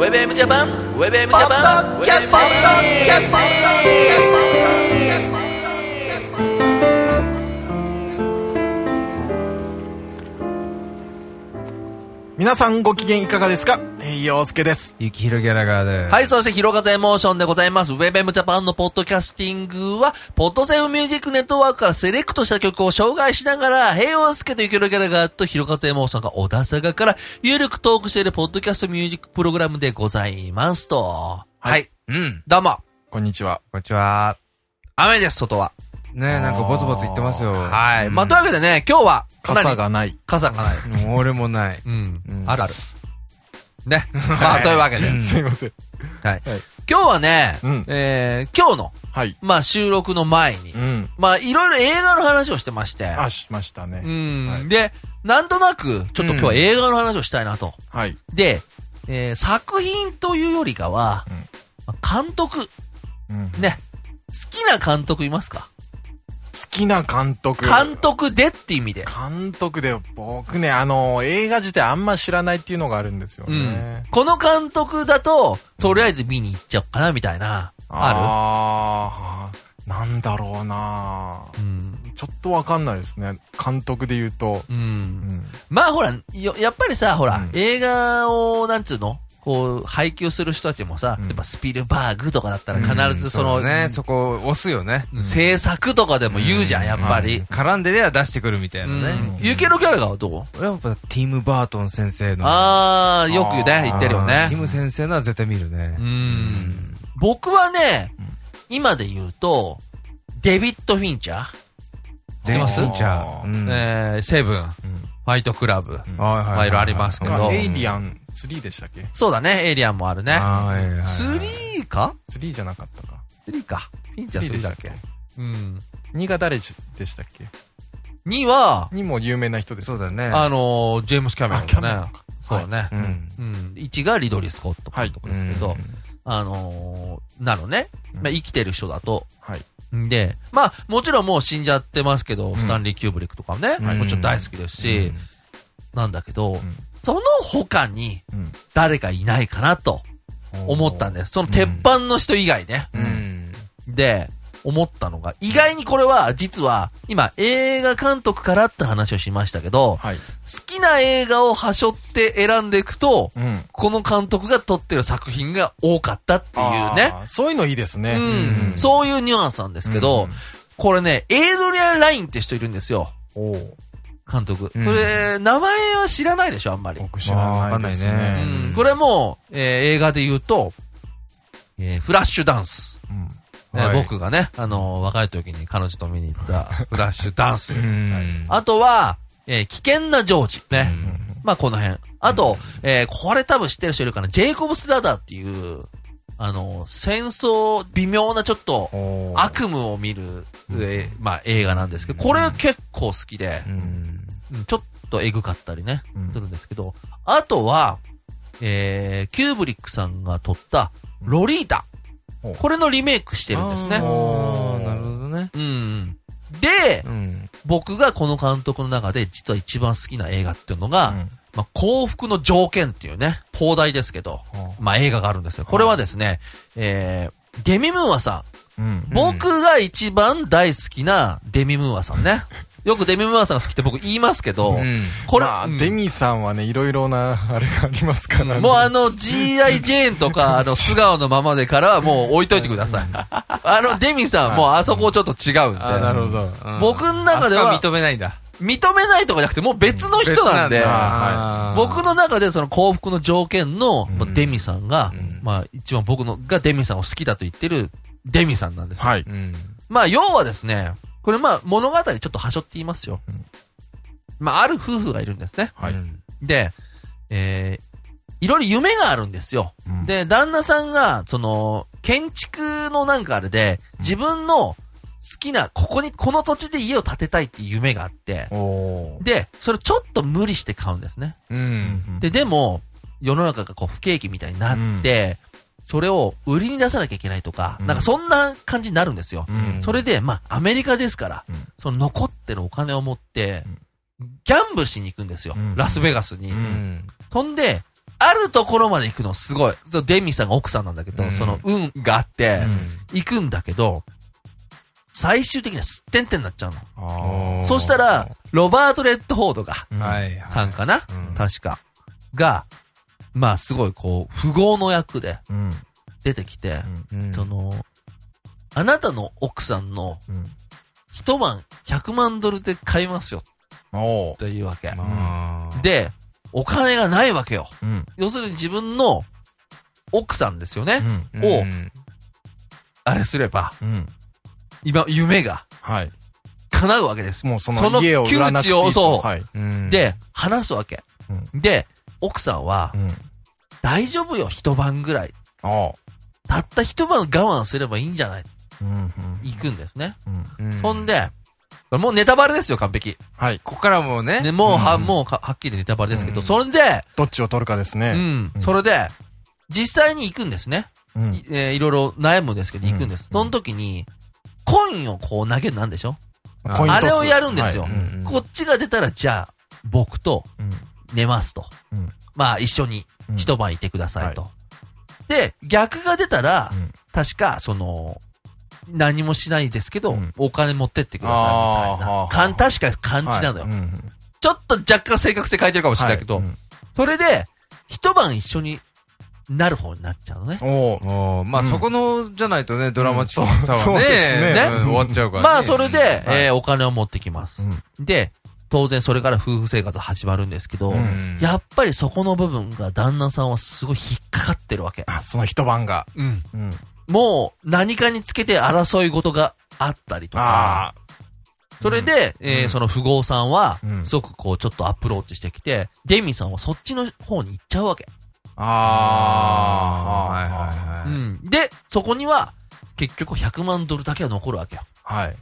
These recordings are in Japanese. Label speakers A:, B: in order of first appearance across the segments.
A: WebM ジャパン WebM ジャパン
B: Podcast, podcast, podcast, podcast, podcast, podcast.
C: 皆さんご機嫌いかがですかえー陽介です。
D: ゆきひろギャラガーです。
A: はい、そして、ひろがぜエモーションでございます。ウェブエムジャパンのポッドキャスティングは、ポッドセフミュージックネットワークからセレクトした曲を紹介しながら、平洋介とゆきろギャラガーとひろがぜエモーションが小田坂から、有力トークしているポッドキャストミュージックプログラムでございますと。はい。
D: うん。
A: どうも。
C: こんにちは。
D: こんにちは。
A: 雨です、外は。
D: ねえ、なんかボツボツ言ってますよ。
A: はい。
D: うん
A: まあ、というわけでね、今日は、かなり
C: 傘。がない。
A: 傘がない。
D: もう俺もない。
A: うん
D: うん
A: あるある。ね。 まあ、というわけで。
D: うん
C: すいません。
A: はい
C: はい。
A: 今日はね
C: うん、
A: えー今日の、
C: はい。
A: まあ、収録の前に
C: う、ん。
A: まあ、いろいろ映画の話をしてまして。
C: あ、しました
A: う
C: ね。
A: ん、
C: はい
A: で、なんとなく、ちょっと今日は映画の話をしたいなと。
C: はい。
A: で、えー作品というよりかは、
C: うん
A: まあ監督、
C: うん好
A: ね。好きな監督いますか
C: きな監督。
A: 監督でって意味で。
C: 監督で、僕ね、あの、映画自体あんま知らないっていうのがあるんですよ
A: うん
C: ね。。
A: この監督だと、とりあえず見に行っちゃおうかな、みたいな。あ
C: あーなんだろうな
A: るうん。
C: ちょっとわかんないですね。監督で言うと。
A: う。
C: うんん。
A: まあほら、よやっぱりさ、ほら、
C: うん
A: 映画を、なんつうのこう、配給する人たちもさ、
C: うん
A: 例えばスピルバーグとかだったら必ずその、
D: うね、そこを押すよね。
A: うん制作とかでも言うじゃん、やっぱり。
D: 絡んでりゃ出してくるみたいなね。
A: ゆけろキャラがどう
D: 俺はやっぱティム・バートン先生の。
A: あー、よくね、言ってるよ
D: あーテ
A: ね。
D: ィム先生のは絶対見るね
A: う。ん。僕はね、今で言うと、デビッド・フィンチャー、
D: デビ
A: ます
D: ス・フィンチャー。うんはい
A: えーセブン、フ
C: うん
A: ァイトクラブ。
D: はいはい。
A: いろいろありますけど
C: が
A: うん
C: エイリアン3でしたっけ
A: そうだね、エイリアンもあるね。
D: はいはいはい。
A: 3か
C: ?3 じゃなかったか。
A: ?3 か。フィンチャー
C: 3
A: 3
C: でし
A: だ
C: た
A: っ
C: っ
A: け
C: け
A: うん。
C: ?2 が誰でしたっけ
A: 2は、
C: にも有名な人です
D: そう。だね。
A: あのー、ジェームス・キャメロン
C: あキャメロン
A: だね。そうだね
D: う。ん。
A: うん。1がリドリー・スコット
C: はい
A: とかですけど、あのー、なのね。
C: うん
A: まあ、生きてる人だと。
C: はい。
A: んで、まあ、もちろんもう死んじゃってますけど、スタンリー・キューブリックとかね、
D: はい
A: もちろん大好きですし、なんだけど、
C: ん
A: その他に
C: うん
A: 誰かいないかなと思ったんです。その鉄板の人以外ね。
D: うん。うん。
A: で、思ったのが、意外にこれは、実は、今、映画監督からって話をしましたけど、
C: はい。
A: 好きな映画を端折って選んでいくと、
C: うん。っ
A: この監督が撮ってる作品が多かったっていうね。。
C: そういうのいいですね。
A: うん、
D: うん
A: そういうニュアンスなんですけど、
C: うん
A: これね、エイドリアン・ラインって人いるんですよ、
C: おお。
A: 監督。
D: うん
A: これ、名前は知らないでしょ、あんまり。
C: 僕知らないです
D: まあわかん
A: う
D: ない
C: ね
D: ね。
A: ん、これも、えー映画で言うと、えーフラッシュダンス。
C: うん
A: えー
D: はい
A: 僕がね、あのー若い時に彼女と見に行ったフラッシュダンス
D: う。ん。
A: あとは、えー危険なジョージ。ね。まあ、この辺。あと、えーこれ多分知ってる人いるかな。ジェイコブ・スラダーっていう、あのー戦争、微妙なちょっと、
D: おー
A: 悪夢を見る、えーまあ、映画なんですけど、これ結構好きで
D: う、ん。
A: うんちょっとエグかったりね、
C: うん
A: するんですけど、あとは、えー、キューブリックさんが撮った、ロリータ
C: ほう。
A: これのリメイクしてるんです
D: あ
A: ね。
D: ーなるほどね。
A: うんうん。で
D: う、ん。
A: 僕がこの監督の中で実は一番好きな映画っていうの
C: う
A: が、
C: ん
A: まあ、幸福の条件っていうね、放題ですけど、まあ、映画があるんですよ。これはですね、えー、デミムーアさん、
C: うん。
A: 僕が一番大好きなデミムーアさんね。よくデミムーアさんが好きって僕言いますけど、
D: うん。
A: これ、
C: まあ
A: うん
C: デミさんはね、いろいろな、あれがありますからね。
A: もうあの G.I. ジェーンとか、あの素顔のままでからはもう置いといてください。あのデミさんもうあそこちょっと違うん
D: あーな
A: で。
D: るほど。
A: 僕の中では
D: あそこ認めないんだ。
A: 認めないとかじゃなくてもう別の人なんで
D: 別、
C: は
A: 僕の中でその幸福の条件のまあデミさんが
D: うん、
A: まあ一番僕のがデミさんを好きだと言ってるデミさんなんですよ
C: はい。
D: うん。
A: まあ、要はですね、これまあ、物語ちょっと端折って言いますよ。
C: うん
A: まあ、ある夫婦がいるんですね。
C: はい
D: うん
A: で、えー、いろいろ夢があるんですよ。
C: うん、
A: で、旦那さんが、その、建築のなんかあれで、自分の好きな、ここに、この土地で家を建てたいっていう夢があって、
C: おー
A: で、それちょっと無理して買うんですね。
D: う。
C: うんん。
A: で、でも、世の中がこう不景気みたいになって、それを売りに出さなきゃいけないとか、
C: うん
A: なんかそんな感じになるんですよ。
C: うん、
A: それで、まあ、アメリカですから、
C: うん
A: その残ってるお金を持って、ギャンブルしに行くんですよ。ラスベガスに。
C: う
D: うんん。
A: そんで、あるところまで行くの、すごい。そうデミさんが奥さんなんだけど、
D: うん
A: その運があって、
D: うん
A: 行くんだけど、最終的にはすってんてんになっちゃうの。
C: あ
A: そした、ら、ロバート・レッドフォードが、
C: ー
D: は。い、
A: さ
D: は
A: んかな、
D: うん
A: 確か。が、まあすごいこう、富豪の役で
C: うん。
A: 出てきて、
D: い。うん
A: その、あなたの奥さんの
C: うん。
A: 一晩100万ドルで買いますよ
C: おー
A: というわけ。
D: まあ、
A: で、お金がないわけよ。
C: うん。
A: 要するに自分の奥さんですよね。
C: うん。
A: を
D: うん
A: あれすれば、
C: うん。
A: 今、夢が
C: はい。
A: 叶うわけです。
C: もうそ
A: その
C: の家を売らなくていい
A: 窮地をそう
C: はい。
D: うん、
A: で、話すわけ。
C: う
A: で、奥さんは
C: う、ん。
A: 大丈夫よ、一晩ぐらい。
C: ああ。
A: たった一晩我慢すればいいんじゃない
C: うん。
A: 行くんですね。
C: うん。
D: うん
A: ほん、で、もうネタバレですよ、完璧。
C: はい。
D: ここからもうね、
A: ね、もう、は、
C: うん
A: もうか、はっきりネタバレですけど、
D: うん。
A: それで、
C: どっちを取るかです
A: う
C: ね。
A: ん
C: う、ん
A: それで、実際に行くんですね。
C: うん
A: いえーいろいろ悩むんですけど、行くんです。
C: うん
A: その時に、コインをこう投げるなんでしょ
C: コイン
A: あ
C: ト
A: れ
C: ス
A: をやるんですよ
C: はいう
D: ん
A: こっちが出たら、じゃあ、僕と
C: うん
A: 寝ますと。
C: うん
A: まあ、一緒に
C: うん
A: 一晩いてくださいと。で、逆が出たら、
C: うん
A: 確か、その、何もしないですけど、
C: うん
A: お金持ってってくださいみたい
C: あーは
A: な
C: あ。
A: かん確か感じなのよ。ちょっと若干正確性変えてるかもしれないけど、。
C: はいうん
A: それで、一晩一緒になる方になっちゃうのね。
C: おー
D: おーまあ、
C: うん
D: そこの、じゃないとね、ドラマチックさはね、
C: そうそうです
A: ね
D: うん終わっちゃうから、ね。
A: まあ、それで、
D: はい
A: えーお金を持ってきます。で、当然それから夫婦生活始まるんですけど、
C: うん
A: やっぱりそこの部分が旦那さんはすごい引っかかってるわけ。
C: あその一晩が。
A: うん。
C: うん。
A: もう何かにつけて争い事があったりとか、
C: ああ。
A: それで、えー
C: うん
A: その富豪さんは
C: う、ん
A: すごくこうちょっとアプローチしてきて、デミさんはそっちの方に行っちゃうわけ。
C: ああ。
D: はいはいはい。
A: うん。で、そこには、結局100万ドルだけは残るわけよ。
C: はい。はい。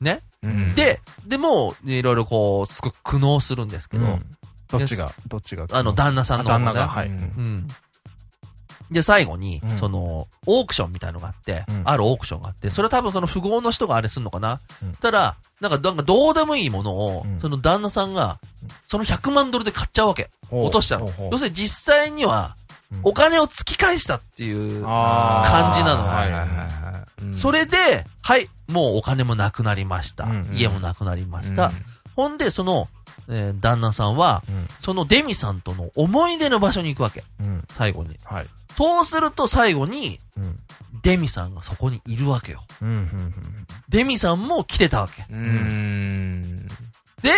A: ね。
D: うん、
A: で、でもう、ねいろいろこう、すごく苦悩するんですけど、
C: うんどっちが、どっちが。
A: あの、旦那さんの方
C: 旦那が、
A: ね
C: はい。
D: うん
A: うん。で、最後に、
C: うん
A: その、オークションみたいのがあって、
C: うん
A: あるオークションがあって、それ多分その富豪の人があれすんのかな、
C: うん
A: たら、なんか、なんかどうでもいいものを、
C: うん
A: その旦那さんが
C: うん、
A: その100万ドルで買っちゃうわけ。
C: ほう
A: 落としたの。
C: ほうほう
A: 要するに実際には、お金を突き返したっていう、
C: あー
A: 感じなの
C: はいはいはい
D: はい
A: それで、はい、もうお金もなくなりました。
C: うん
A: 家もなくなりました。ほんで、その、えー旦那さんは、
C: うん
A: そのデミさんとの思い出の場所に行くわけ。
C: うん。
A: 最後に。
C: はい。
A: そうすると最後に、
C: うん。
A: デミさんがそこにいるわけよ。
C: うん。うん
A: デミさんも来てたわけ。
D: うん。うん。
A: で、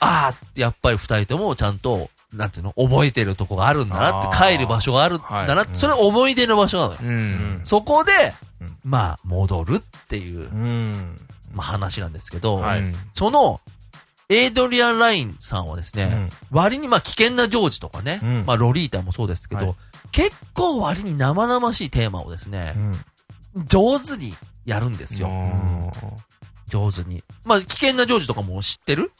A: ああ、やっぱり二人ともちゃんと、なんていうの、覚えてるとこがあるんだなっ
C: あ
A: て、
C: ー
A: 帰る場所があるんだなっ
C: は
A: て、
C: い
A: それ思い出の場所なのよ。
D: うん。
C: うん
A: そこで
C: うん、
A: まあ、戻るっていう、
C: うん。
A: まあ話なんですけど、
C: はい
A: その、エイドリアン・ラインさんはです
C: う
A: ね、
C: ん。
A: 割にまあ危険なジョージとかね
C: う、ん
A: まあロリータもそうですけ
C: は
A: ど、結構割に生々しいテーマをですね、上手にやるんですよ。
D: あー
A: 上手に。まあ、危険なジョージとかも知ってる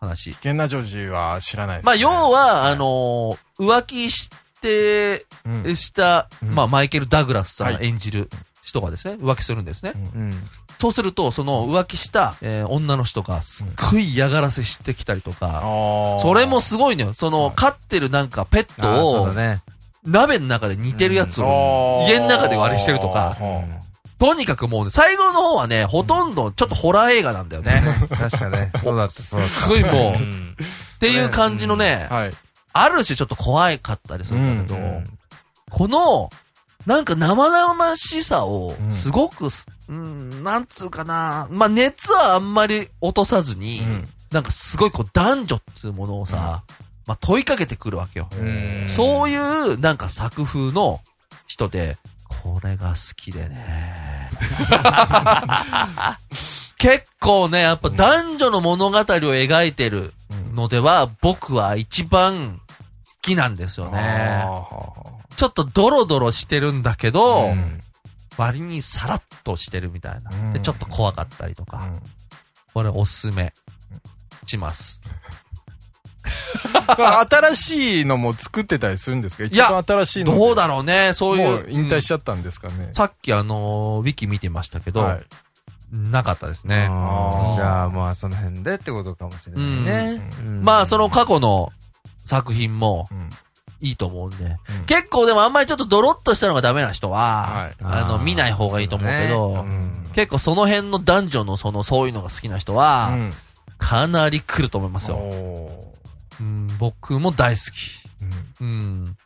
A: 話
C: 危。険なジョージは知らないです。
A: まあ、要は、
C: い
A: あのー浮気して、
C: うん、
A: した、
C: うん
A: まあ、マイケル・ダグラスさ
C: は
A: ん演じる人がですね、浮気するんですね。
D: うん。
A: そうすると、その浮気した、えー女の人がすっごい嫌がらせしてきたりとか、
C: あー
A: それもすごいのよ。その、
C: はい
A: 飼ってるなんかペッ
D: あー
A: ト
D: そう
A: を
D: だ、ね。
A: 鍋の中で煮てるやつを、
C: あー
A: 家の中で割りしてるとか
C: うん
A: とにかくもうね、最後の方はね、ほとんどちょっとホラー映画なんだよ ね。
D: 確 かね。そうだった、そうだった。
A: すごいもう
D: うん
A: っていう感じのね、
C: はい。
A: ある種ちょっと怖かったりするんだけど、
D: うん
A: この、なんか生々しさを
C: う、ん
A: すごくす、うん、なんつうかな、まあ、熱はあんまり落とさずに、なんかすごいこう男女っていうものをさ、まあ、問いかけてくるわけよ。
D: うん
A: そういう、なんか作風の人で、これが好きで ね。結構ね、やっぱ男女の物語を描いてるのでは、僕は一番好きなんですよね。
C: あー
A: ちょっとドロドロしてるんだけど、
D: うん
A: 割にさらっとしてるみたいな。で
C: うん
A: ちょっと怖かったりとか。
C: うん
A: これおすすめします。
C: 新しいのも作ってたりするんですか
A: い
C: 一
A: や
C: 番新しいので
A: どうだろうね、そういう。
C: もう引退
A: ゃ
C: しちゃったんですかね。
A: さっきあのーウィキ見てましたけど、
C: はい
A: なかったですね。
D: あ
C: う
D: ー
C: ん
D: じゃあ、まあ、その辺でってことかもしれないね。うん
A: まあ、その過去の作品も
C: う、ん
A: いいと思うんで
C: うん。
A: 結構でもあんまりちょっとドロッとしたのがダメな人は
C: は、
A: あの、
D: あー
A: 見ない方がいいと思うけ
D: そう
A: ど
D: ね、うん
A: 結構その辺の男女のその、そういうのが好きな人
C: う
A: は、
C: ん。
A: かなり来ると思いますよ。
C: お
A: うん僕も大好き。
C: ーうん
A: うん。
C: うん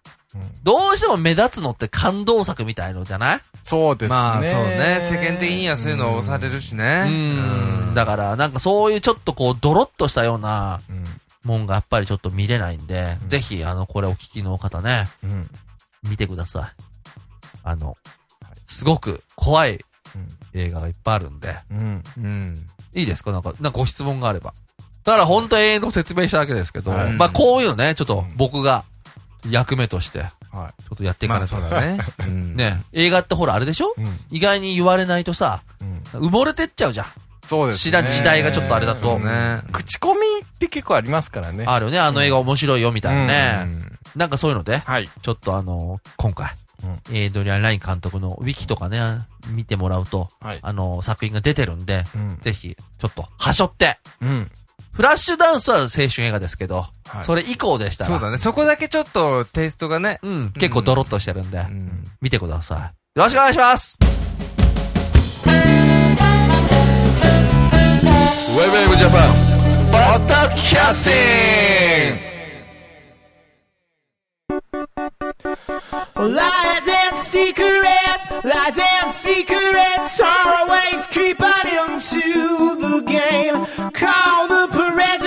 A: どうしても目立つのって感動作みたいのじゃない
C: そうですね。
D: まあそうね、世間的にはそういうのを押されるしね。
A: うん。だから、なんかそういうちょっとこう、ドロッとしたような
C: うん。
A: もんがやっぱりちょっと見れないんで、
C: うん
A: ぜひ、あの、これお聞きの方ね、
C: うん。
A: 見てください。あの、すごく怖い映画がいっぱいあるんで、
C: うん。
D: うん。
A: いいですかなんか、なんかご質問があれば。だから本当は永遠の説明しただけですけど、
C: はい
A: まあこういうのね、ちょっと僕が役目として、
C: は
A: ちょっとやっていか
D: ま
A: な
D: あ
A: いと。
D: そうだね。うん
A: ね、映画ってほらあれでしょ
C: い。うん。
A: 意外に言われないとさ、
C: うん。
A: 埋もれてっちゃうじゃん。
C: そうです
A: 知らん時代がちょっとあれだと
D: そううんね。
C: 口コミって結構ありますからね。
A: あるよね、あの映画面白いよみたいなね。
D: ね。
A: なんかそういうので、
C: はい。
A: ちょっとあのー今回、
C: う
A: えードリアン・ライン監督のウィキとかね、見てもらうと、
C: はい。
A: あのー作品が出てるんで、
C: うん。
A: ぜひ、ちょっと、はしょって。
C: うん。
A: フラッシュダンスは青春映画ですけど、
C: はい
A: それ以降でしたら。
D: そうだね。そこだけちょっとテイストがね。
A: うん、結構ドロッとしてるんで、
D: うん
A: 見てください。よろしくお願いします
C: ウェブウェブジャパン、バタキャスティング
B: Lies and secrets, lies and secrets are always creeping into the game. Call the parade